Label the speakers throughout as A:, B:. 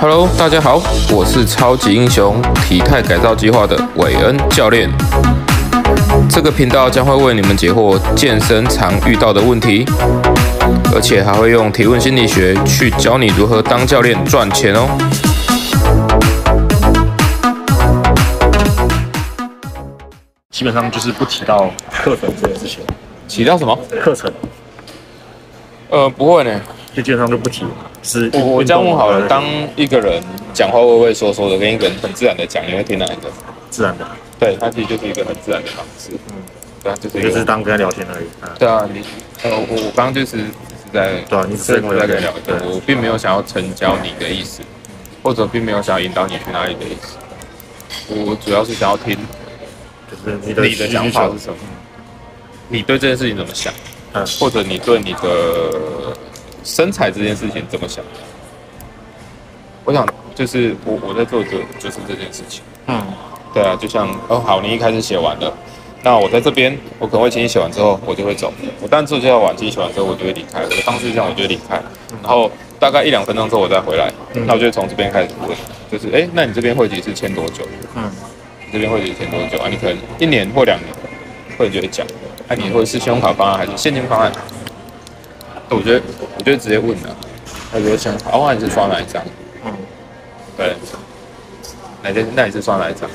A: Hello，大家好，我是超级英雄体态改造计划的韦恩教练。这个频道将会为你们解惑健身常遇到的问题，而且还会用提问心理学去教你如何当教练赚钱哦。
B: 基本上就是不提到课程这件事情，
A: 提到什么？
B: 课程
A: 呃，不会呢。
B: 就基本上就不提，是
A: 我我
B: 运
A: 这样问好了，
B: 运动
A: 当一个人讲话畏畏缩缩的，跟一个人很自然的讲，你会听哪一个？
B: 自然的，
A: 对，它其实就是一个很自然的方式。嗯，对啊，就是一
B: 就
A: 个
B: 是当跟他聊天而已。啊，
A: 对啊，你呃，我我刚刚就是只是在
B: 对啊你只是
A: 在
B: 跟我聊
A: 跟
B: 天
A: 你聊天，
B: 对
A: 我并没有想要成交你的意思，或者并没有想要引导你去哪里的意思。我主要是想要听
B: 就是你的
A: 你的想法是
B: 需求
A: 什么，你对这件事情怎么想，
B: 嗯，
A: 或者你对你的身材这件事情怎么想。我想就是我我在做就就是这件事情。
B: 嗯，
A: 对啊，就像哦，好，你一开始写完了，那我在这边，我可能会请你写完之后，我就会走。我但是就要晚，请你写完之后，我就会离开。我的方式是这样，我就会离开，然后大概一两分钟之后我再回来，
B: 嗯
A: 那我就会从这边开始问，就是哎、诶那你这边会籍是签多久？
B: 嗯，
A: 你这边会籍签多久啊？你可能一年或两年，会就会讲，那、你会是信用卡方案还是现金方案？我觉得，我就直接问了，那比如信用卡方案你是刷哪一张？
B: 嗯，
A: 对，哪天那你是刷哪一张？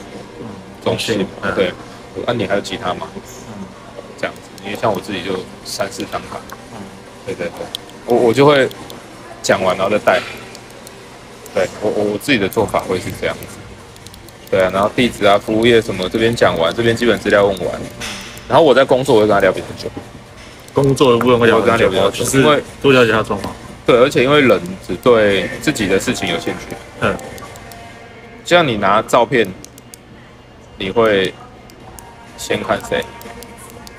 A: 中信
B: 信，嗯
A: 对，那、你还有其他吗？这样子，因为像我自己就三四张卡，
B: 嗯
A: 对对对，我我就会讲完然后再带，对我我我自己的做法会是这样子，对啊，然后地址啊、服务业什么这边讲完，这边基本资料问完，然后我在工作我会跟他聊比较久，
B: 工作的部分会聊
A: 我跟他聊比较
B: 就
A: 久
B: 是
A: 因为
B: 多了解他的状况。
A: 对，而且因为人只对自己的事情有兴趣，
B: 嗯，
A: 就像你拿照片，你会先看谁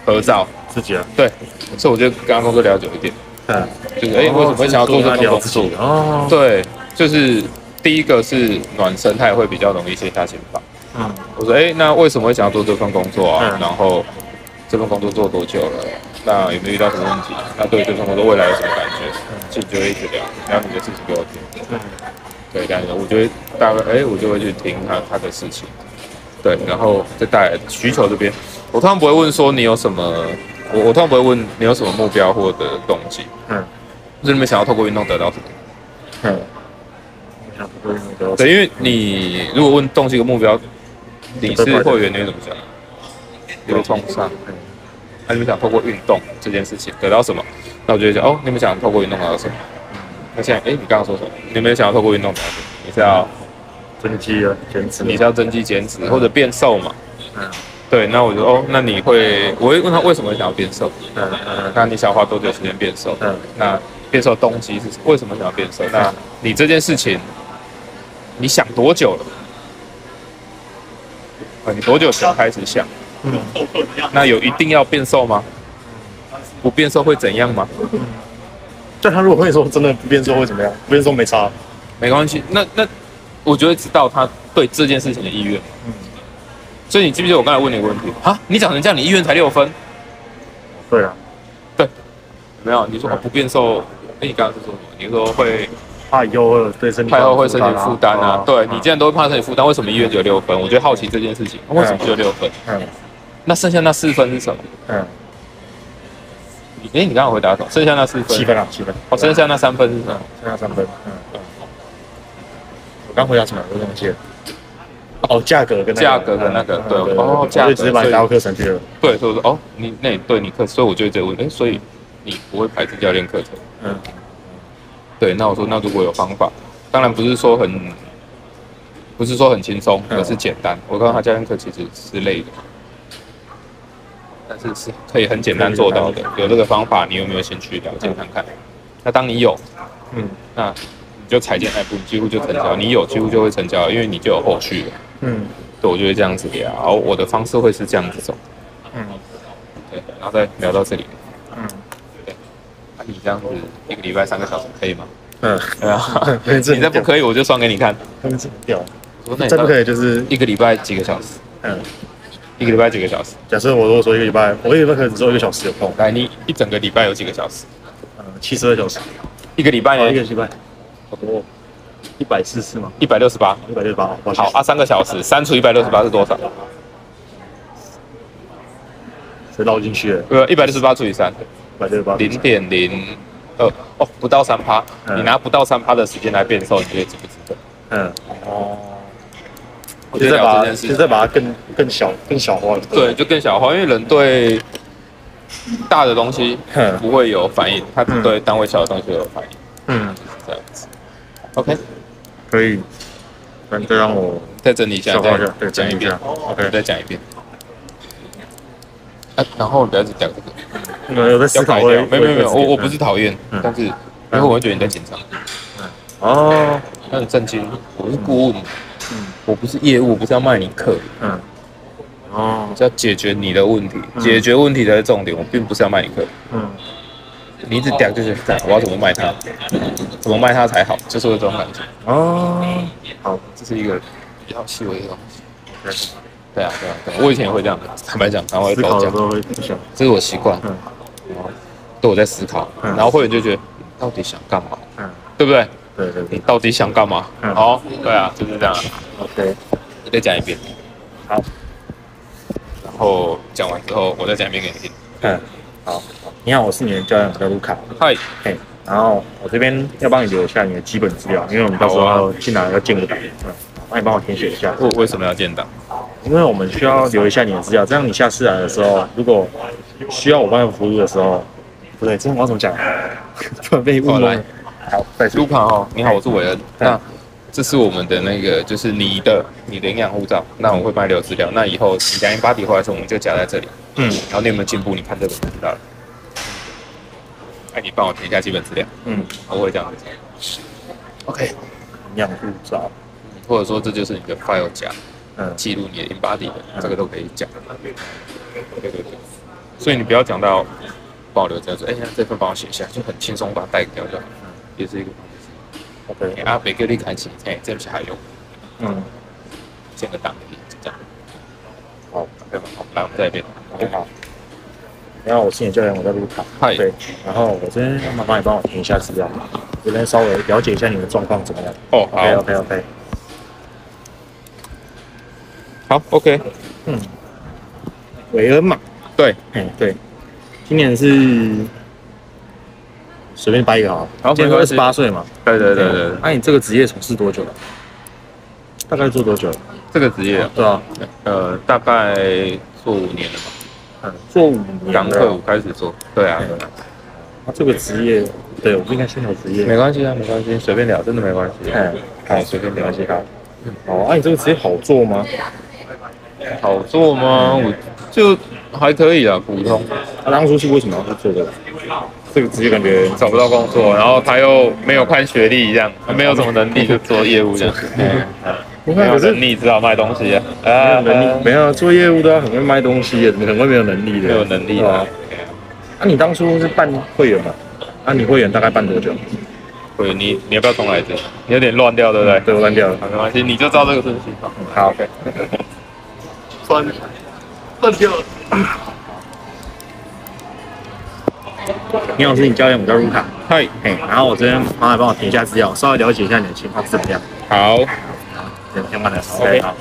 A: 合照，
B: 自己啊，
A: 对，所以我就跟他工作聊久一点，
B: 嗯，
A: 就是哎、诶
B: 哦
A: 为什么会想要做这
B: 就是多跟他
A: 份
B: 聊
A: 工
B: 自
A: 作
B: 己？哦，
A: 对，就是第一个是暖身，他也会比较容易卸下心防。
B: 嗯，
A: 我说，哎、那为什么会想要做这份工作啊？
B: 嗯
A: 然后这份工作做多久了？那有没有遇到什么问题？那对于这份工作未来有什么感觉？就就会一直聊，聊你的事情给我听。
B: 嗯，
A: 对，这样子，我就会大概，哎、我就会去听他他的事情。对，然后再带来需求这边，我通常不会问说你有什么，我我通常不会问你有什么目标或者动机，
B: 嗯，
A: 就是你们想要透过运动得到什么。
B: 嗯，我想不会那个
A: 对，因为你如果问动机跟目标，你是会员，你会怎么想？你会创伤。
B: 嗯
A: 那、你们想透过运动这件事情得到什么？那我就会想，哦，你们想透过运动得到什么？那现在，哎、你刚刚说什么？你们想要透过运动得到什么？你是要
B: 增肌啊，减脂啊，
A: 你是要增肌减脂或者变瘦嘛？
B: 嗯
A: 对，那我就哦，那你会，我会问他为什么会想要变瘦？
B: 嗯嗯
A: 那你想要花多久时间变瘦？
B: 嗯
A: 那变瘦的动机是什么为什么想要变瘦？那你这件事情，你想多久了？啊你多久前开始想？
B: 嗯，
A: 那有一定要变瘦吗？不变瘦会怎样吗？
B: 但他如果跟你说真的不变瘦会怎么样？不变瘦没差，
A: 没关系，那那我就会知道他对这件事情的意愿。
B: 嗯
A: 所以你记不记得我刚才问你一个问题啊？你长成这样，你意愿才六分？
B: 对啊，
A: 没有，你说、哦、不变瘦，那你刚刚是说什么？你说会
B: 怕以后会有对身体
A: 太后会身体负担啊？对你既
B: 这
A: 然都会怕身体负担，为什么医院只有六分？我就好奇这件事情，为什么只有六分？
B: 嗯
A: 那剩下那四分是什么？
B: 嗯
A: 你哎，你刚刚回答什么？剩下那四分，
B: 七分啊七分，
A: 哦，剩下那三分是什么？
B: 剩下三分，嗯嗯，我刚回答什么我忘记了。哦，价格跟嗯
A: 哦
B: 就直接把你拉到课程去了。
A: 对，所以我说哦，你那你对你课，所以我就会直接问，哎，所以你不会排斥教练课程？
B: 嗯
A: 对，那我说那如果有方法，当然不是说很，不是说很轻松，
B: 嗯
A: 而是简单。我告诉他教练课其实是累的，但是是可以很嗯简单做到的。有这个方法，你有没有兴趣了解看看？那当你有，
B: 嗯
A: 那你就踩进那一步，你几乎就成交。你有几乎就会成交，因为你就有后续了。
B: 嗯
A: 对，我就会这样子聊，我的方式会是这样子走。
B: 嗯
A: 对，然后再聊到这里。
B: 嗯
A: 那、你这样子一个礼拜三个小时可以吗？
B: 嗯，
A: 对 啊，
B: 你
A: 你再不可以，我就算给你看。
B: 他们是掉，
A: 我说那你
B: 再
A: 到
B: 不可以就是
A: 一个礼拜几个小时？
B: 嗯，
A: 一个礼拜几个小时？
B: 假设我如果说一个礼拜，我一个礼拜可能只有一个小时有空，呃
A: 来，你一整个礼拜有几个小时？哦
B: 嗯，七十二小时，
A: 一个礼拜
B: 一个
A: 呢？
B: 礼拜，好多，一百四十吗？
A: 一百六十八，
B: 一百六十八。
A: 好啊，三个小时，三除一百六十八是多少？
B: 这绕进去了。
A: 呃，一百六十八除以三，
B: 一百六十八
A: 零点零二，哦，不到三趴。
B: 嗯
A: 你拿不到三趴的时间来变瘦，你觉得值不值得？
B: 嗯，
A: 哦，我觉
B: 就
A: 得
B: 再
A: 聊
B: 把
A: 这
B: 它
A: 件
B: 就
A: 事，
B: 再把它更更小更小化了。
A: 对，就更小化，因为人对大的东西
B: 哼
A: 不会有反应，他只
B: 嗯
A: 对单位小的东西有反应，
B: 嗯，
A: 这样子。OK，
B: 可以。反正让我
A: 再整理一下，
B: 消化一下，
A: 再
B: 对，
A: 讲一
B: 整理一
A: 遍
B: 下。。OK，
A: 再讲一遍。啊，然后不要只讲这个，
B: 我有在
A: 要
B: 思考
A: 改
B: 我
A: 掉
B: 也，。
A: 没有没有没有，我我不
B: 嗯
A: 是讨厌，
B: 嗯
A: 但是因为我会觉得你在紧张，
B: 哦，
A: 那很震惊。我是顾问，
B: 嗯
A: 我不是业务，我不是要卖你课，
B: 嗯，哦
A: 我，是要解决你的问题，
B: 嗯
A: 解决问题才是重点。我并不是要卖你课，
B: 嗯，
A: 你一直讲就是干我要怎么卖它，怎么卖它才好，就是会这种感觉。
B: 哦，好，
A: 这是一个比较细微的东西。
B: 对
A: 对啊，对啊，对啊，我以前也会这样，坦白讲，常会
B: 思考
A: 搞
B: 的
A: 讲
B: 时，候会不想，
A: 这是我习惯。
B: 嗯
A: 对我在思考，
B: 嗯
A: 然后会员就觉得你到底想干嘛，
B: 嗯，
A: 对不对？
B: 对对
A: 你
B: 对
A: 到底想干嘛？
B: 嗯
A: 哦，对啊，就是这样啊。
B: ，OK，
A: 再讲一遍，
B: 好，
A: 然后讲完之后，我再讲一遍给你听。
B: 嗯，好，你好，我是你的教练，我叫卢卡，
A: 嗨，
B: 嘿，然后我这边要帮你留下你的基本资料，因为我们到时候要进来要建个档，嗯，那你帮我填写一下，
A: 我为什么要建档？
B: 因为我们需要留一下你的资料，这样你下次来的时候，如果需要我帮你服务的时候，不对，这我要怎么讲？突然被问
A: 好来
B: 懵了，好，再说
A: 卢，卡哦，你好，我是韦恩。那这是我们的那个，就是你的你的营养护照。那我会卖流资料。那以后你讲一八底回来的时候，我们就夹在这里。
B: 嗯
A: 然后你有没有进步？你看这个就知道了。哎，你帮我填一下基本资料，
B: 嗯，
A: 啊我会这样子。OK，
B: 营养护照，
A: 或者说这就是你的 file 夹。
B: 嗯
A: 记录你的 embody 的，这个都可以讲。对对对，所以你不要讲到保留这样说，哎、呀，这份帮我写一下，就很轻松把它带掉就好，也是一个方式。
B: ，OK，
A: 哎啊，每个你看起，哎、这不是还有
B: 嗯，
A: 建个档给你，就这样，
B: 好。
A: 对吧？好，来，我们再一遍。
B: 你好，你好，我是你的教练，我叫卢卡。
A: 嗨
B: 对，然后我这边麻烦你帮我填一下资料，这边稍微了解一下你的状况怎么样
A: 哦，
B: ？OK
A: 好
B: OK OK。
A: 好，OK，
B: 嗯，韦恩嘛，
A: 对，
B: 哎对，今年是随便掰一个好了，
A: 好
B: 今年
A: 没
B: 二
A: 关系
B: 十八岁嘛。
A: 对对对
B: 嗯
A: 对，
B: 那、你这个职业从事多久了？大概做多久了？
A: 这个职业，
B: 对啊，
A: 呃，大概做五年了吧，
B: 嗯，做五年
A: 刚退伍
B: 了。
A: 开始做，对啊，对啊
B: 那这个职业，对，我不应该先聊职业。
A: 没关系啊，没关系，随便聊，真的没关系。啊
B: 哎，好，随便聊一下。哦，那、你这个职业好做吗？
A: 好做吗？我就还可以啊，普通。
B: 他、当初是为什么要去做这个？这个职业感觉
A: 找不到工作，然后他又没有看学历，这样没有什么能力就做业务这样，
B: 你
A: 呃没
B: 看，
A: 有
B: 可是
A: 能
B: 没
A: 力只好卖东西啊，啊
B: 有能力，没有做业务都要很会卖东西的，怎么可能会没有能力的？
A: 没有能力
B: 对
A: 啊
B: 啊。。那、你当初是办会员嘛？那、你会员大概办多久？
A: 对你，你要不要重来一次？你有点乱掉，对不对？
B: 对，我办掉了。
A: 好，没关系，你就照这个顺序吧。
B: 好
A: ，OK。乱乱掉了。
B: 你好，是你教练，我叫卢卡。
A: 嗨，
B: 嘿，然后我这边麻烦帮我填一下资料，稍微了解一下你的情况是怎么样。
A: 好，
B: 对，先慢的。
A: OK
B: 好。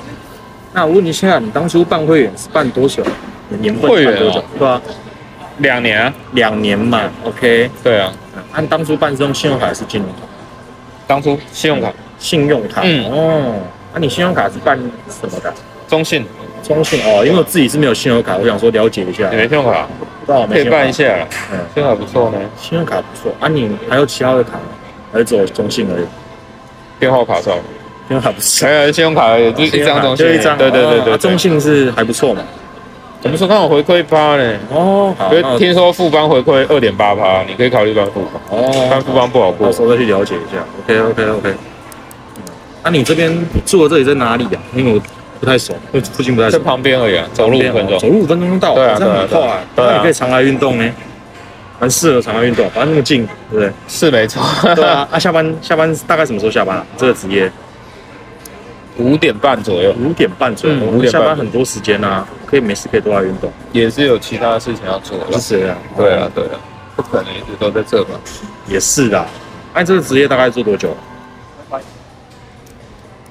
B: 那我问一下，你当初办会员是办多久？年份
A: 会
B: 是
A: 员
B: 办多久？
A: 哦
B: 对啊，
A: 两年啊，
B: 两年嘛。OK。
A: 对啊，
B: 按当初办这种信用卡还是金融卡？
A: 当初信用卡，
B: 信用卡。
A: 嗯
B: 哦，那、你信用卡是办什么的？
A: 中信，
B: 中信哦，因为我自己是没有信用卡，我想说了解一下
A: 你。没信用卡，
B: 那我没
A: 可以
B: 信用
A: 办
B: 卡
A: 一。下啦，
B: 嗯，
A: 信用卡不错呢，
B: 信用卡不错。啊，你还有其他的卡吗？还是只有中信而已？
A: 电话 卡上，
B: 信用卡不错。
A: 还有哎信用卡也就一张中信
B: 就
A: 而已，
B: 一张。
A: 对对对
B: 哦
A: 对，
B: 啊中
A: 对
B: 信是还不错嘛。
A: 怎么说刚好回馈八呢？
B: 哦，好。
A: 可
B: 那我
A: 是听说富邦回馈二点八趴，你可以考虑办富邦，啊办
B: 哦，
A: 富邦不好过
B: 到。时候再去了解一下。OK OK OK。嗯，那、你这边你住的这里在哪里呀、啊因为我不太熟，对附近不太
A: 在
B: 熟。
A: 旁边而已啊，走路五分
B: 走
A: 钟。
B: 路五分钟就到，
A: 对啊
B: 这样很
A: 对啊
B: 快。
A: 对啊
B: 那你可以常来运动呢，蛮适合常来运动，反正那么近，对不对？
A: 是没错。
B: 对啊，啊，下班下班大概什么时候下班啊？这个职业
A: 五点半左右
B: 五点半左右，
A: 嗯
B: 我们下
A: 5:30
B: 班很多时间啊，可以没事可以多来运动，
A: 也是有其他的事情要做
B: 是
A: 了。
B: 这样。
A: 对啊，，对啊，不可能一直都在这吧？
B: 啊也是啦。哎，这个职业大概做多久？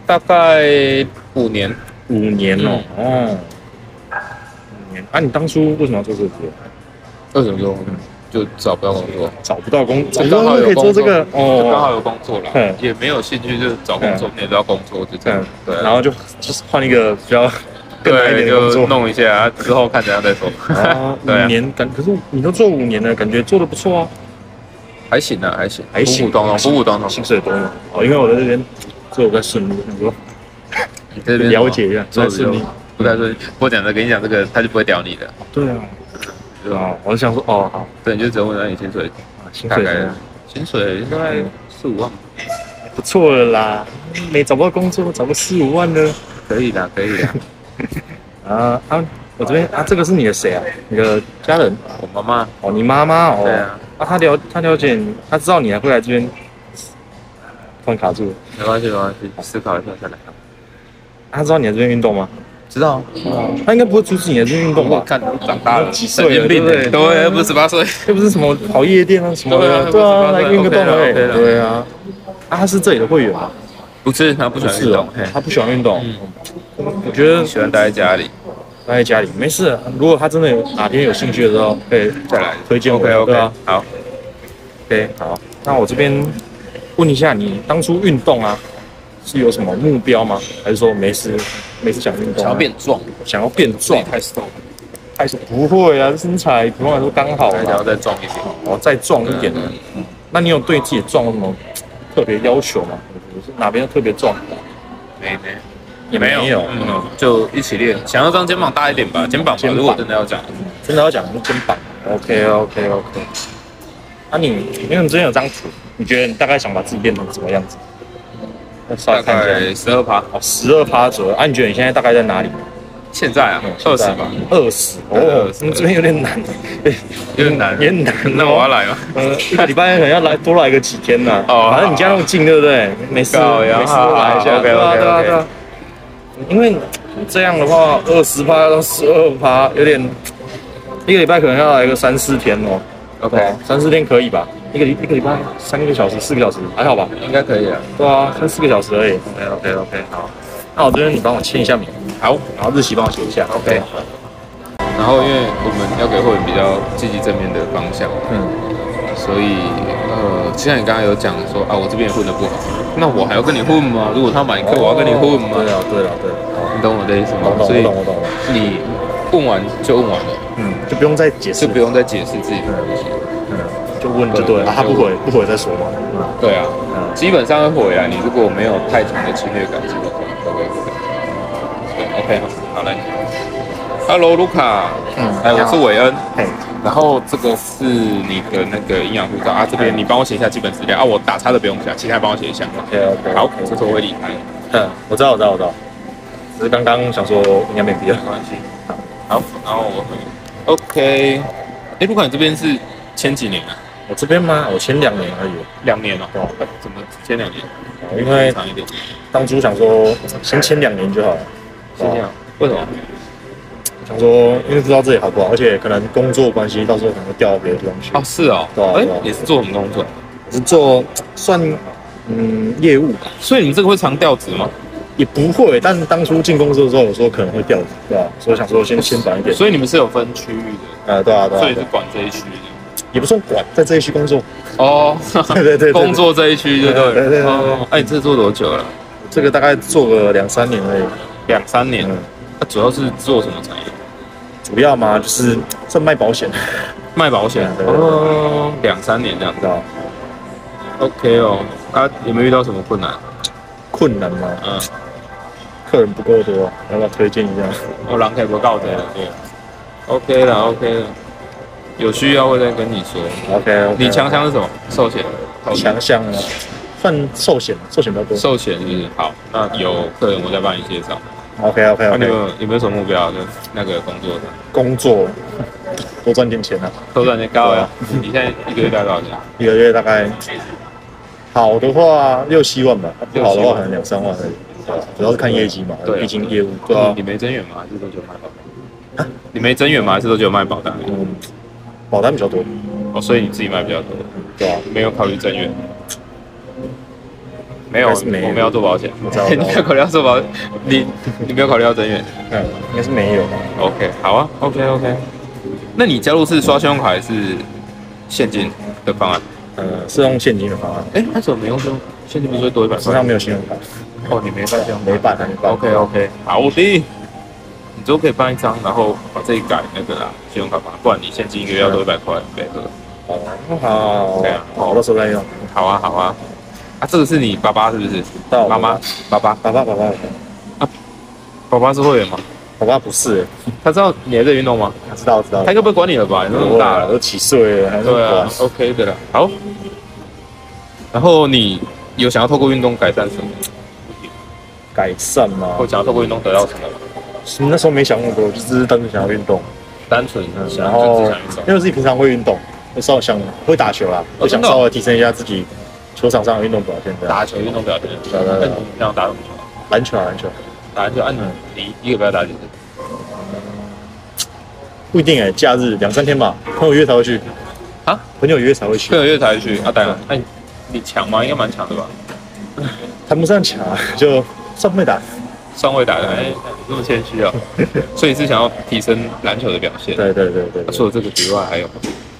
A: 大概五年。
B: 五年哦，
A: 嗯
B: 哦，五年啊！你当初为什么要做这个职业？
A: 为什么说就找不到工作？
B: 找不到工，
A: 就
B: 找不
A: 刚
B: 到
A: 好
B: 可
A: 有
B: 以做
A: 工
B: 这
A: 作，
B: 个
A: 就刚
B: 哦，
A: 好有工作了
B: 嗯，
A: 也没有兴趣，就是找工作，每都要工作，就这样
B: 嗯。
A: 对啊，
B: 然后就就是换一个比较更难一
A: 对，
B: 点的工
A: 就
B: 作。
A: 弄一下，啊之后看怎样再说。
B: 啊，
A: 对啊
B: 五年感，可是你都做五年了，感觉做的不错啊，
A: 还行啊，还行，
B: 还行
A: 普普通通，普普通通。
B: 啊薪水多吗？哦，因为我在这边，所以我在顺路，想说
A: 你这边
B: 了解一下，
A: 做
B: 在
A: 的
B: 顺利。
A: 不太顺利。我讲的跟你讲这个，他就不会屌你的，
B: 对啊，
A: 对
B: 对
A: 吧？
B: 啊，我就想说，哦，好，
A: 对，你就只能问他你薪水
B: 啊薪
A: 大
B: 水
A: 概
B: 怎么样
A: 薪水大概四五万，
B: 不错了啦，没找不到工作，找个四五万呢。
A: 可以的，可以的。
B: 啊啊，我这边啊，这个是你的谁啊？你的家人
A: 我妈妈，
B: 哦，你妈妈哦。
A: 对啊，
B: 啊，他了，他了解你，他知道你还会来这边，突然卡住了。
A: 没关系，没关系，思考一下再来。
B: 他知道你在这边运动吗？
A: 知道，
B: 他应该不会阻止你在这边运动
A: 我
B: 吧？
A: 看都长大了，
B: 几岁了
A: 神经病
B: 对不对啊
A: 对，不是十八岁。
B: 又不是什么跑夜店啊什么的，
A: 对
B: 对
A: 啊
B: 啊，来运个动
A: OK 了
B: 而已
A: OK 了
B: 对啊。啊，他是这里的会员吗？
A: 不是，他不喜欢运动，嘿
B: 他不喜欢运动
A: 嗯。
B: 我觉得
A: 喜欢待在家里。
B: 待在家里没事，如果他真的有哪天有兴趣的时候，可以
A: 再来
B: 推荐我。
A: OK
B: 对啊
A: OK，好，
B: OK，好，那我这边问一下，你当初运动啊，是有什么目标吗？还是说没事没事想运动啊、
A: 壮，
B: 想要变壮？
A: 太瘦，
B: 还是不会啊，身材普通来说刚好
A: 还想要
B: 啦。
A: 再壮一点。
B: 我再壮一点呢。那你有对自己壮有什么特别要求吗？是哪边特别壮？
A: 没没。
B: 也
A: 没有，
B: 没有。
A: 嗯，就一起练，想要让肩膀大一点吧，肩膀吧，
B: 肩膀
A: 如果真的要讲，
B: 真的要讲是肩膀。OK OK OK。啊你，因为你之前有张图，你觉得你大概想把自己变成什么样子？那稍
A: 大
B: 微看一下。
A: 概十二趴，
B: 哦，十二趴左右。啊，你觉得你现在大概在哪里？
A: 现在啊，
B: 嗯
A: 二十吧，，
B: 二十哦，
A: 20
B: 你这边有点难，
A: 有点难
B: 有，点难哦。
A: 那我要来吗？
B: 呃，一个礼拜可能要来多来个几天呢。
A: 哦
B: 反正你家那么近，对不对？没事，
A: 搞呀
B: 没事
A: 好
B: 都来一
A: 好
B: 下。
A: 好
B: 对啊
A: OK，OK，OK
B: 对啊对啊。因为这样的话，二十趴到十二趴，有点一个礼拜可能要来个三四天哦。
A: OK，
B: 三四天可以吧？一个礼一个礼拜三个小时、四个小时，还好吧？
A: 应该可以啊。
B: 对啊，三四个小时而已。OK OK OK，好。那我这边你帮我签一下名，
A: 好，
B: 然后日期帮我写一下。
A: OK 然后因为我们要给会员比较积极正面的方向，
B: 嗯，
A: 所以呃，就像你刚刚有讲说啊，我这边也混得不好，那我还要跟你混吗？如果他买课，我要跟你混
B: 对
A: 吗？
B: 啊对啊对啊，
A: 你懂我的意思
B: 我
A: 吗？
B: 懂
A: 所
B: 我
A: 以
B: 懂我懂我懂。
A: 你问完就问完了，
B: 嗯，就不用再解释
A: 就不。用再解释自己的东西。
B: 嗯，就问就对了，啊他不回不回再说嘛。嗯
A: 对啊，
B: 嗯，
A: 基本上会回啊来。你如果没有太强的侵略感，基本上都会回来。对，OK，好好来。Hello，卢卡，
B: 嗯
A: 哎，我是韦恩。
B: 嘿，
A: 然后这个是你的那个营养护照啊，这
B: 嗯
A: 边你帮我写一下基本资料啊，我打叉的不用写，其他帮我写一下。
B: OK OK，
A: 好，这次我会离开，
B: 嗯，我知道我知道我知道，只是刚刚想说应该没必要
A: 没。关系。好，然后我会 OK。哎，卢卡，你这边是签几年啊？
B: 我这边吗？我签两年而已，
A: 两年哦，
B: 哦
A: 呃怎么签两年？
B: 因为
A: 长一点，
B: 当初想说先签两年就好了。
A: 是这样？为什么？
B: 想说，因为不知道自己好不好，而且可能工作关系，到时候可能会调到别的地方去。
A: 哦，是哦
B: 对啊，
A: 哎
B: 对啊，
A: 你是做什么工作？
B: 我是做算嗯业务吧，
A: 所以你们这个会常调职吗？
B: 也不会。但当初进公司的时候，我说可能会调，对吧、所以想说先先短一点。
A: 所以你们是有分区域的，
B: 呃，对啊，对啊，
A: 所以
B: 对
A: 是
B: 啊
A: 管这一区的。
B: 也不算管，在这一区工作。
A: 哦，
B: 对对对对
A: 工作这一区就对了。
B: 对对对对
A: 哦，哎，你这做多久了？
B: 这个大概做个两三年而已。
A: 两三年
B: 嗯。
A: 那啊主要是做什么产业？
B: 主要嘛就是在卖保险，
A: 卖保险。
B: 对对对
A: 哦，两三年这样
B: 你
A: 子。
B: 知道
A: OK 哦，啊，有没有遇到什么困难？
B: 困难嘛，
A: 嗯，
B: 客人不够多，要不要推荐一下？
A: 我狼可以不告的。对，OK 了，OK 了。有需要会再跟你说。
B: OK，啊
A: 你强强是什么？寿险。
B: 强项啊，算寿险，寿险比较多。
A: 寿险是不是
B: 啊
A: 好，那有客人我再帮你介绍。
B: OK
A: 那、
B: OK
A: 你
B: OK，
A: 有有没有什么目标？就那个工作的，
B: 工作多赚点钱啊，
A: 都赚钱高呀。你现在一个月大概多少钱？
B: 一个月大概好的话六七万吧，不好的话可能两三万而已。对啊主要是看业绩嘛，
A: 对啊
B: 毕竟业务对啊
A: 你，没增远吗？还是多久卖保单？你没增远吗？还是多久卖保单？
B: 嗯，保单比较多，
A: 哦，所以你自己卖比较多，
B: 对啊，
A: 没有考虑增远。没有，我没有做保险。
B: 我知 道我 知
A: 你
B: 道
A: 没有考虑要做保，你你没有考虑要增援。
B: 嗯，应该是没有吧。
A: OK，好啊，OK OK。那你加入是刷信用卡还是现金的方案？
B: 呃，是用现金的方案，
A: 哎、那怎么没用信用？现金不是会多一百
B: 身
A: 块？
B: 上没有信用卡，
A: 哦，你没办信用
B: 没办法，没办
A: OK OK，好的。你之后可以办一张，然后把这一改那个啦，信用卡吧，不然你现金一个月
B: 啊
A: 要多一百块，每个。
B: 好，好，
A: 对啊
B: 好，我到时候再用。
A: 好啊好啊，啊，这个是你爸爸是不是？
B: 到我
A: 妈妈，爸爸，
B: 爸爸，爸爸，
A: 爸爸是会员吗？
B: 爸爸不是，
A: 他知道你还在运动吗？
B: 他知道，知道
A: 他。应该不会管你了吧？你都那么大了，
B: 都几岁了，还是
A: 对啊
B: 管
A: ，OK 的啦。好，然后你有想要透过运动改善什么，
B: 改善吗
A: 或？想要透过运动得到什么吗？
B: 那时候没想那么多，就只是单纯想要运动，嗯
A: 单纯想
B: 然
A: 要就
B: 后
A: 只想运动
B: 因。为我自己平常会运动，会稍微想会打球啦，
A: 哦
B: 就想
A: 真的哦
B: 稍微提升一下自己球场上的运动表现。这样
A: 打球运动表现，
B: 对对对
A: 那你平常打什么球啊？
B: 篮球啊，篮球
A: 打篮球，按你你一个不要打几次？
B: 不一定哎，假日两三天吧，朋友约才会去。
A: 啊？
B: 朋友约才会去
A: 这，个月才去啊，当然，那你你强吗？应该蛮强的吧？
B: 谈不上强啊， 就算会打。
A: 上位打的，哎，你这么谦虚啊？ 所以是想要提升篮球的表现。
B: 对对对对
A: 那
B: 对，
A: 除了这个之外，还有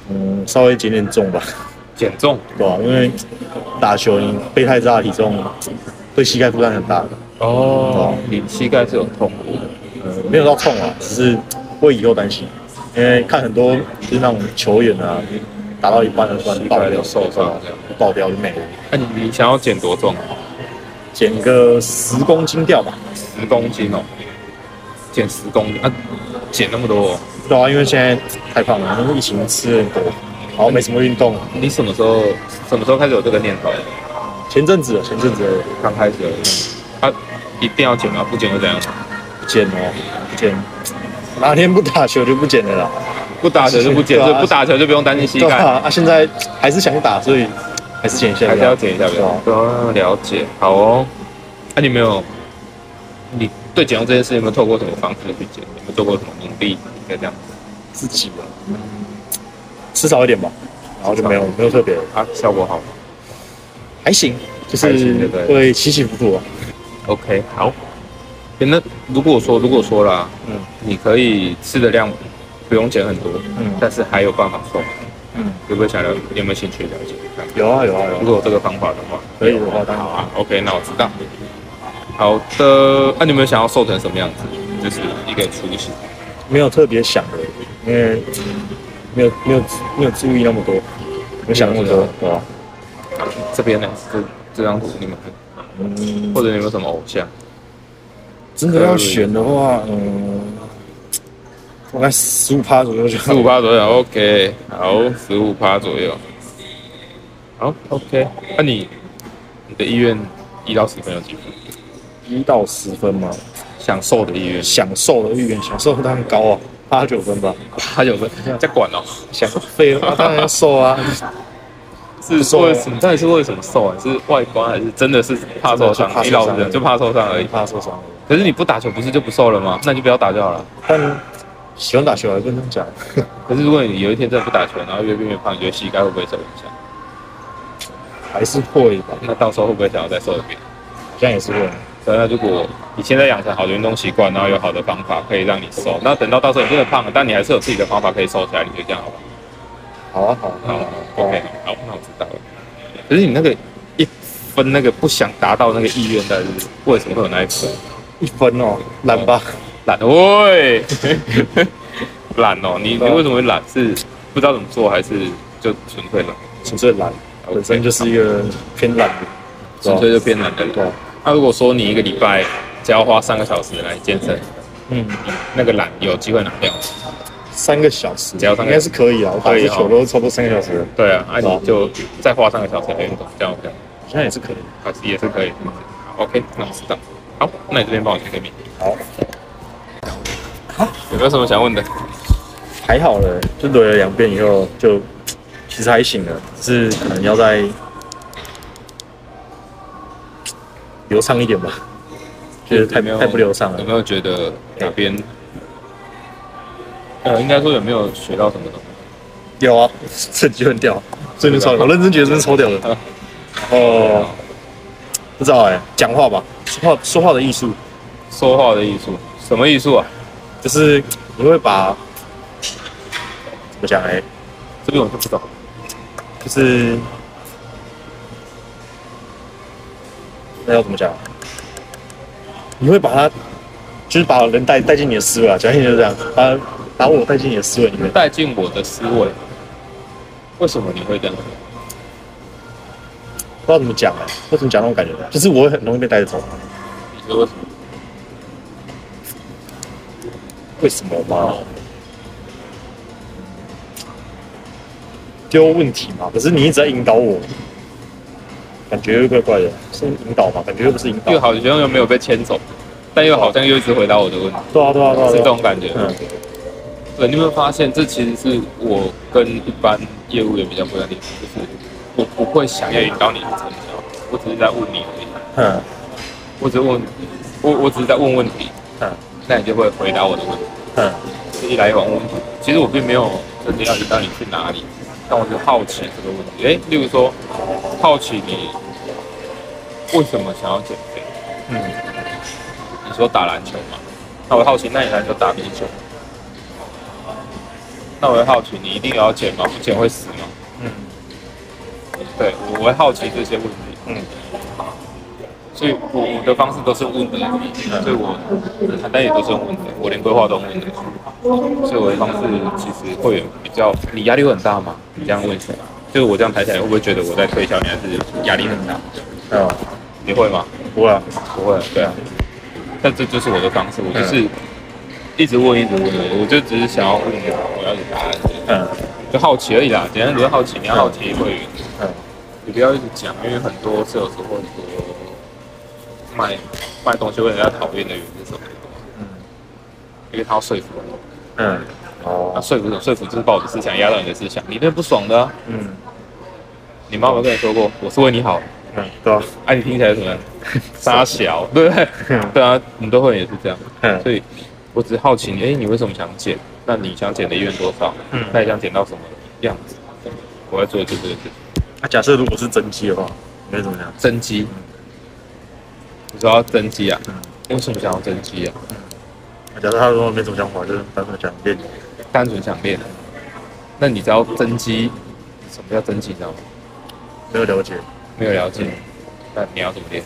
B: 嗯，稍微减点重吧。
A: 减重
B: 对啊，因为打球你背太大的体重，对膝盖负担很大的。
A: 哦。你膝盖是有痛的，
B: 呃，没有到痛啊，只是为以后担心，因为看很多就是那种球员啊，打到一半就突然
A: 膝
B: 爆
A: 盖
B: 掉
A: 有，受伤这样。
B: 爆掉就没了，
A: 那你哎你想要减多重？
B: 减个十公斤掉吧。
A: 十公斤哦，减十公斤啊，减那么多哦。
B: 对啊，因为现在太胖了，因为疫情吃很多，然后没什么运动。啊
A: 你什么时候什么时候开始有这个念头？
B: 前阵子，啊前阵子
A: 刚开始而已，啊，一定要减吗？不减会怎样？
B: 不减哦，不减，哪天不打球就不减了啦。
A: 不打球就不 减，
B: 对啊
A: 就不打球就不用担心膝
B: 对
A: 盖，
B: 啊，啊现在还是想打，所以还是减一下，
A: 还是要减一下比较好。哦，了解，好哦。那、你没有，你对减重这件事有没有透过什么方式去减？有没有做过什么努力？应该这样
B: 自己啊，嗯吃少一点吧，然后就没有没有特别的，
A: 啊，效果好吗
B: 还行，就
A: 还行
B: 是
A: 对对
B: 会起起伏伏啊。
A: ？OK，好。诶那如果说如果说啦，
B: 嗯
A: 你可以吃的量不用减很多，
B: 嗯
A: 但是还有办法瘦，
B: 嗯，
A: 有没有想了？你有没有兴趣了解看看？
B: 有啊有啊
A: 如
B: 有啊，
A: 果有这个方法的话，
B: 可以的话当然
A: 好啊。OK，那我知道。好的，啊那、你们想要瘦成什么样子？就是一个雏形。
B: 没有特别想的，因为没有没有没有注意那么多，没有想那么多，对吧？
A: 这边呢，这这张图你们
B: 嗯，
A: 或者你们有什么偶像？
B: 真的要选的话，嗯，大概十五趴左右就
A: 十五趴左右，OK，好，十五趴左右，好，OK。那、你你的意愿一到十分有几分？
B: 一到十分嘛，
A: 想瘦的意愿
B: 享受的意愿，享受当然高啊，八九分吧，
A: 八九分，在管哦。想
B: 废话当然要瘦 啊，
A: 是
B: 瘦
A: 为什么？到底是为什么瘦啊？是外观还是真的是怕受伤
B: 真的就怕受？伤
A: 一老人就怕受伤而已。
B: 怕受伤了。
A: 可是你不打球不是就不瘦了吗？那你就不要打就好了。
B: 但喜欢打球还不能讲，
A: 可是如果你有一天真的不打球，然后越变越胖，你觉得膝盖会不会受影响？
B: 还是会吧，
A: 那到时候会不会想要再瘦一遍？
B: 好像也是会。
A: 所以那如果你现在养成好的运动习惯，然后有好的方法可以让你瘦，那等到到时候你真的胖了，但你还是有自己的方法可以瘦起来，你就这样好吧？
B: 好啊，好啊，
A: 好
B: 啊
A: ，OK，好，那我知道了。可是你那个一分那个不想达到那个意愿，但是为什么会有那一分？
B: 一分哦，懒吧，
A: 懒喂，懒哦，你你为什么会懒？是不知道怎么做，还是就纯粹懒？
B: 纯粹懒，
A: OK
B: 本身就是一个偏懒的，
A: 纯粹就变懒的人。
B: 对吧，
A: 那、如果说你一个礼拜只要花三个小时来健身，
B: 嗯，
A: 那个懒有机会拿掉。
B: 三个小时，
A: 只要三
B: 应
A: 个
B: 该是可以啊，我打
A: 可以
B: 一
A: 哦
B: 次球都差不多三个小时了，
A: 对啊，那、
B: 对啊
A: 你就再花三个小时来运动，这样 OK，
B: 好像也是可以。
A: 还是也是可以。好 OK，那我知道。好，那你这边帮我去对面。
B: 好，
A: 有没有什么想问的？
B: 还好了，就怼了两遍以后就其实还行了，只是可能要再流畅一点吧，就是太
A: 有没有
B: 太不流畅了
A: 有。没有觉得哪边？呃，应该说有没有学到什么东西？
B: 有啊，这集就很屌，真的超屌，我认真觉得真的超屌的。然后不知道哎、讲话吧，说话说话的艺术，
A: 说话的艺术，什么艺术啊？
B: 就是你会把怎么讲哎、
A: 这边我就不懂。
B: 就是那要怎么讲？你会把它，就是把人带带进你的思维啊，讲起来就是这样，把把我带进你的思维里面。
A: 带进我的思维，为什么你会这样？
B: 不知道怎么讲啊，不知道怎么讲那种感觉，就是我会很容易被带走。啊
A: 你说为什么？
B: 为什么吗？丢问题嘛，可是你一直在引导我，感觉又怪怪的，是引导嘛？感觉又不是引导
A: 又。好像又没有被牵走，但又好像又一直回答我的问题，
B: 对啊对啊对啊，
A: 是
B: 对
A: 这
B: 啊
A: 种感觉。
B: 嗯，
A: 对，你有没有发现，这其实是我跟一般业务员比较不一样的地方，就是我不会想要引导你去成交，我只是在问你而已，
B: 嗯
A: 我只问，我我只是在问问题，
B: 嗯
A: 那你就会回答我的问题，
B: 嗯
A: 是一来一往问题。其实我并没有真的要引导你去哪里，但我是好奇这个问题。诶，例如说，好奇你为什么想要减肥？
B: 嗯，
A: 你说打篮球嘛？那我好奇，那你篮球打多久？那我会好奇，你一定有要减吗？不减会死吗？
B: 嗯，
A: 对，我我会好奇这些问题。
B: 嗯，
A: 所以我我的方式都是问的，所以我的谈单也都是用问的，我连规划都用问的，所以我的方式其实会有比较，你压力会很大吗？你这样问，就是我这样抬起来，会不会觉得我在推销你，还是压力很大？
B: 嗯，
A: 你会吗？
B: 不会啊，
A: 不会，嗯对啊。但这就是我的方式，我就是一直问，一直问，我就只是想要问我要有答案，
B: 嗯
A: 就好奇而已啦。简单只是好奇，你要好奇会员，
B: 嗯
A: 你不要一直讲，因为很多是有时候很多卖卖东西会人家讨厌的原因是什么？
B: 嗯
A: 因为他要说服你，
B: 嗯，
A: 那
B: 哦，
A: 说服什么？说服就是把我的思想压到你的思想，你那不爽的啊、
B: 嗯
A: 你妈有没有跟你说过，我是为你好？
B: 嗯，对啊，
A: 哎、你听起来怎么样？ 傻小，对不对？对啊，你都会也是这样。
B: 嗯
A: 所以我只是好奇你，哎、你为什么想减？那你想减的意愿多少？
B: 嗯
A: 那你想减到什么样子？我要做的就是这个事情
B: 那假设如果是真机的话，你会怎么样？
A: 增肌。你说要增肌啊
B: 嗯？
A: 为什么想要增肌啊？
B: 假设他说没什么想法，就是单纯想练，
A: 单纯想练。那你知道增肌？什么叫增肌？你知道吗？
B: 没有了解，
A: 没有了解。那你要怎么练？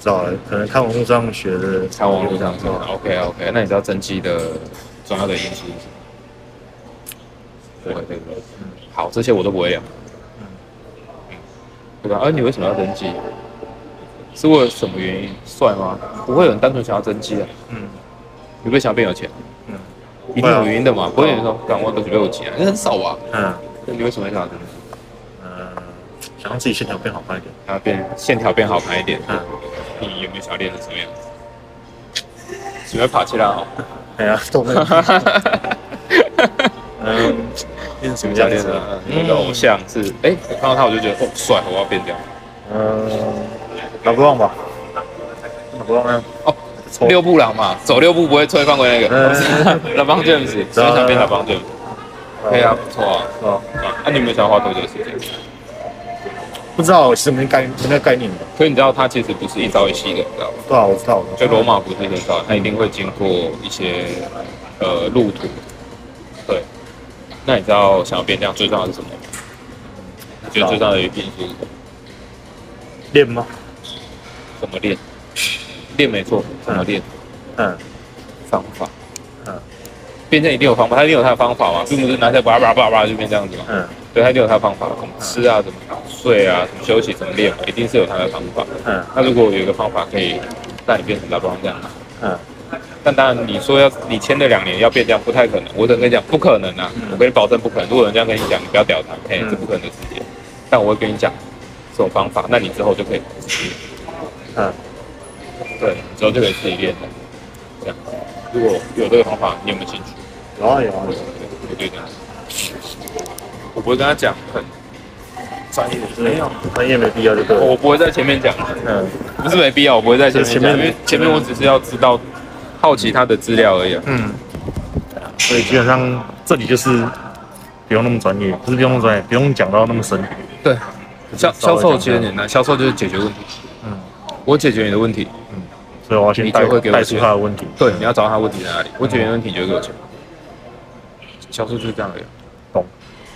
B: 知道了，可能看网络上学的，
A: 看网络上说。OK OK，那你
B: 嗯
A: 知道增肌的重要的因素是什么？对对对。好，这些我都不会聊。嗯
B: 嗯。
A: 对啊吧？而、你为什么要增肌？是为了什么原因？帅吗？不会有人单纯想要啊增肌的、
B: 嗯
A: 有没有想要变有钱？
B: 嗯
A: 一定有原因的嘛，不会有人说干我都觉得有钱、啊，那很少吧？
B: 嗯
A: 那你为什么会想要增肌？
B: 嗯，想让自己线条变好看一点。
A: 想要变线条变好看一点？
B: 嗯，
A: 你有没有想要练成什么样子？喜欢爬起来好？
B: 哎呀，都没有。嗯，练什么
A: 教
B: 样
A: 练
B: 子啊
A: 的？那个偶像是，哎、我看到他我就觉得哦帅，我要变这样。
B: 嗯，拿不浪吧，拿不浪呢？
A: 哦，
B: 错
A: 六步郎嘛，走六步不会吹犯规那个，不是 LeBron James，所以想变 LeBron James，可以啊，不错啊。
B: 哦，
A: 啊，那你们想花多久时间？
B: 不知道什么概什么概念的，
A: 可是你知道他其实不是一朝一夕的，你知道吗？
B: 对啊，我知道，我知
A: 就
B: 道
A: 罗马不是一朝，他一定会经过一些呃路途。对，那你知道想要变这样最重要的是什么吗？你觉得最重要的一个因素是什么
B: 练吗？
A: 怎么练？练没错，怎么练？
B: 嗯
A: 方法。
B: 嗯
A: 变成一定有方法，他一定有他的方法嘛，并不是拿起来叭叭叭叭就变这样子嘛。
B: 嗯
A: 对，他一定有他的方法，怎么吃啊，怎么睡啊，怎么休息，怎么练嘛，一定是有他的方法。
B: 嗯
A: 那如果有一个方法可以让你变成 LeBron 这样嘛，
B: 嗯
A: 但当然你说要你签了两年要变这样不太可能，我只能跟你讲不可能啊，
B: 嗯
A: 我跟你保证不可能。如果有人这样跟你讲，你不要屌他，嘿，
B: 嗯
A: 这不可能的事情。但我会跟你讲这种方法，那你之后就可以自己
B: 嗯，
A: 练，对，你之后就可以自己练了。这样，如果有这个方法，你有没有兴趣？
B: 有啊有啊，
A: 我对他，我不会跟他讲很专业的，没有，
B: 专业没必要就对了。
A: 我不会在前面讲，
B: 嗯
A: 不是没必要，我不会在前面
B: 就是前面
A: 讲，因为前面我只是要知道好奇他的资料而已、啊。
B: 嗯，所以基本上这里就是不用那么专业，不是不用那么专业，不用讲到那么深。
A: 对，销销售其实很
B: 你，
A: 简单，销售就是解决问题。
B: 嗯，
A: 我解决你的问题，
B: 所以我要先
A: 你
B: 带
A: 就会给我
B: 带出
A: 钱
B: 他的问题，
A: 对，你要找到他问题在哪里，我解决你的问题，你就会给我钱。销售就是这样而已。
B: 懂？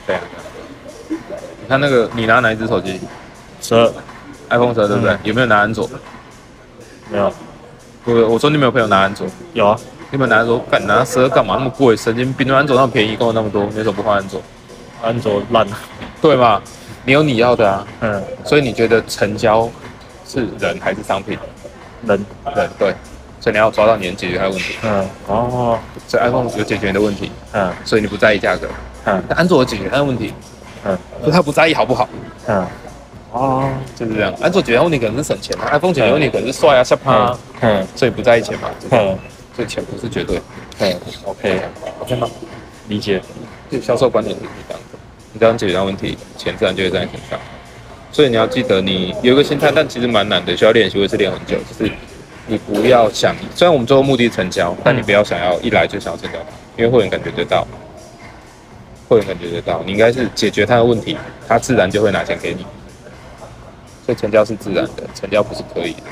A: 对啊。对啊你看那个，你拿哪一只手机
B: 十二
A: ？iPhone 十二对不对
B: 嗯？
A: 有没有拿安卓？
B: 没有啊
A: 我我说你没有朋友拿安卓，
B: 有啊，
A: 你们拿安卓干拿十二干嘛那么贵？神经病！安卓那么便宜，跟我那么多，你为什么不换安卓？
B: 安卓烂，
A: 对嘛？你有你要的啊，
B: 嗯，
A: 所以你觉得成交是人还是商品？
B: 人，
A: 人对，所以你要抓到你能解决他的问题。
B: 嗯，哦，
A: 所以 iPhone 有解决你的问题，
B: 嗯
A: 所以你不在意价格。
B: 嗯
A: 那安卓有解决他的问题，
B: 嗯
A: 所以他不在意好不好，
B: 嗯，哦，
A: 就是这样。安卓解决他的问题可能是省钱啊，iPhone 解决问题可能是帅啊、下趴啊，
B: 嗯
A: 所以不在意钱嘛。
B: 嗯
A: 所以钱不是绝对。
B: 嗯，OK，
A: OK 吗？
B: 理解，
A: 对销售观点就是这样子，你这样解决到问题，钱自然就会在你身上。所以你要记得，你有一个心态，但其实蛮难的，需要练习，我也是练很久。就是你不要想，虽然我们最后目的是成交，但你不要想要一来就想要成交它，因为会员感觉得到，会员感觉得到，你应该是解决他的问题，他自然就会拿钱给你。所以成交是自然的，成交不是可以的。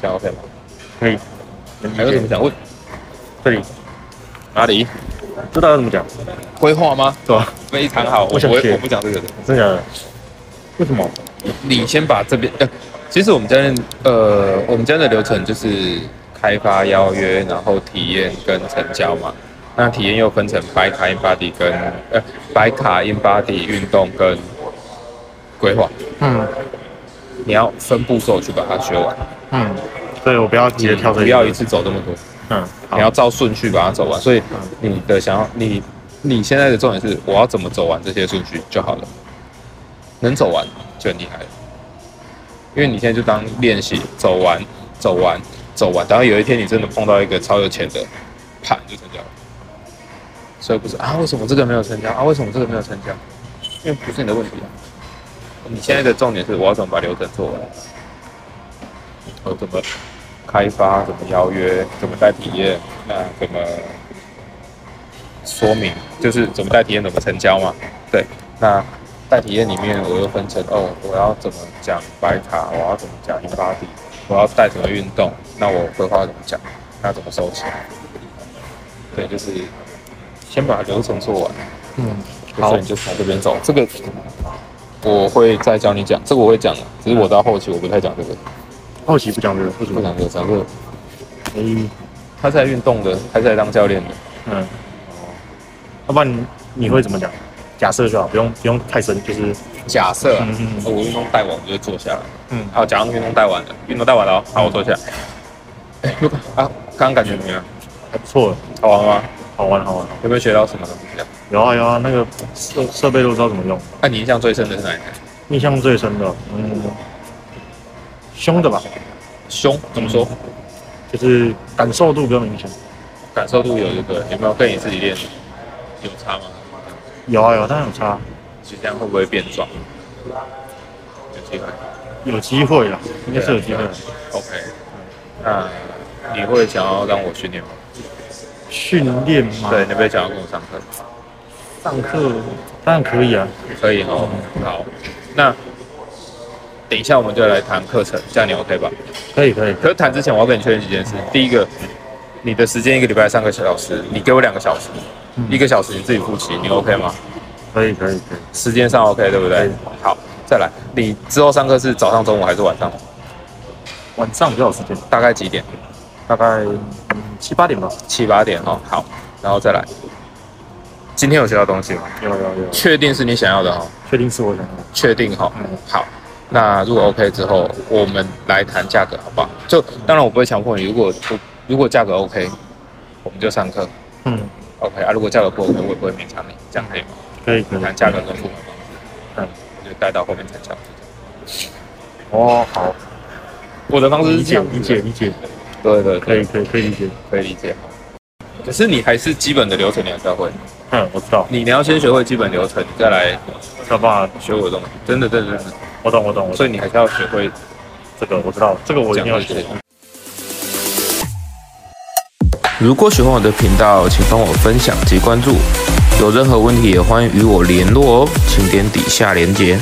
A: 这样 OK 吗？
B: 可以，能
A: 还有什
B: 理
A: 么
B: 解，
A: 想问？
B: 这里
A: 哪里？
B: 知道要怎么讲，
A: 规划吗？啊
B: 对吧？
A: 非常好，我
B: 我想
A: 不会
B: 学
A: 我不讲这个的。
B: 真的假的？为什么？
A: 你先把这边，呃，其实我们教练，呃，我们教练的流程就是开发邀约，然后体验跟成交嘛。那体验又分成白卡 in body 跟呃白卡 in body 运动跟规划，
B: 嗯
A: 你要分步骤去把它学完，嗯
B: 嗯，所以我不要急着跳这
A: 不要一，次走这么多，
B: 嗯，好
A: 你要照顺序把它走完。所以你的想要你你现在的重点是我要怎么走完这些顺序就好了，能走完就很厉害了。因为你现在就当练习走完，走完，走完，然后有一天你真的碰到一个超有钱的，啪你就成交了。所以不是啊，为什么这个没有成交啊？为什么这个没有成交？因为不是你的问题啊。你现在的重点是我要怎么把流程做完，我怎么开发，怎么邀约，怎么带体验，那怎么说明，就是怎么带体验，怎么成交嘛？对，那带体验里面我又分成哦，我要怎么讲白卡，我要怎么讲 i 八 D，我要带什么运动，那我规划怎么讲，那怎么收钱？对，就是先把流程做完，
B: 嗯，
A: 所
B: 好
A: 以你就从这边走。这个我会再教你讲，这个我会讲的，只是我到后期我不太讲这个，
B: 好奇不讲这个，为什
A: 不
B: 么？
A: 讲这个，讲这个。
B: 哎，
A: 他是来运动的，他是来当教练的。
B: 嗯，要不然你你会怎么讲？假设就好，不用不用太深，就是
A: 假设、啊
B: 嗯嗯
A: 我运动带完，我就坐下来。
B: 嗯
A: 好，假如运动带完了，运动带完了哦，好，我坐下。哎、如果啊，刚刚感觉怎么样？
B: 还不错，
A: 好啊玩吗？
B: 好玩好玩。
A: 有没有学到什么东西啊？
B: 有啊有啊，那个设设备都知道怎么用。
A: 那、啊你印象最深的是哪一台？
B: 印象最深的，嗯，凶的吧，
A: 胸怎么说？
B: 就是感受度比较明显。
A: 嗯感受度有一个，有没有跟你自己练有差吗？
B: 有啊有啊，当然有差，
A: 就这样会不会变壮？有机会。啊
B: 有机会啦，应该是有机会啦。
A: OK，那你会想要让我训练吗？
B: 训练嘛，
A: 对，，你会想要跟我上课吗？
B: 上课当然可以啊。
A: 可以哦，好，那等一下我们就来谈课程，这样你 OK 吧？
B: 可以可以，
A: 可是谈之前，我要跟你确认几件事。第一个，你的时间一个礼拜上个小时，你给我两个小时，一个小时你自己复习，你 OK 吗？
B: 可以可以可以，
A: 时间上 OK 对不对
B: 对？
A: 好，再来，你之后上课是早上、中午还是晚上？
B: 晚上比较有时间，
A: 大概几点？
B: 大概、嗯、七八点吧。
A: 七八点哦。好，然后再来，今天有学到东西吗？
B: 有有有，
A: 确定是你想要的哦，
B: 确定是我想要的。
A: 确定哈、哦。
B: 嗯，
A: 好，那如果 OK 之后，我们来谈价格好不好？就当然我不会强迫你，如果如果价格 OK，我们就上课
B: 嗯，
A: OK 啊。如果价格不 OK，我也不会勉强你，这样可以吗？
B: 可以可以。
A: 谈价格跟付款方式，
B: 嗯，
A: 我就带到后面才讲。
B: 哦，好，
A: 我的方式
B: 理
A: 是这
B: 解
A: 样子
B: 理解，理解，
A: 对对
B: 可
A: 对，
B: 以可以可以理解。
A: 可以理解。可是你还是基本的流程你还是要会，
B: 嗯，我知道，
A: 你你要先学会基本流程，你再来
B: 要不然
A: 学我的东西。真的，真的，真的。
B: 我懂我懂，我
A: 所
B: 懂
A: 以你还是要学会
B: 这个我知道，这个我一定要学。
A: 如果喜欢我的频道，请帮我分享及关注。有任何问题也欢迎与我联络哦，请点底下连结。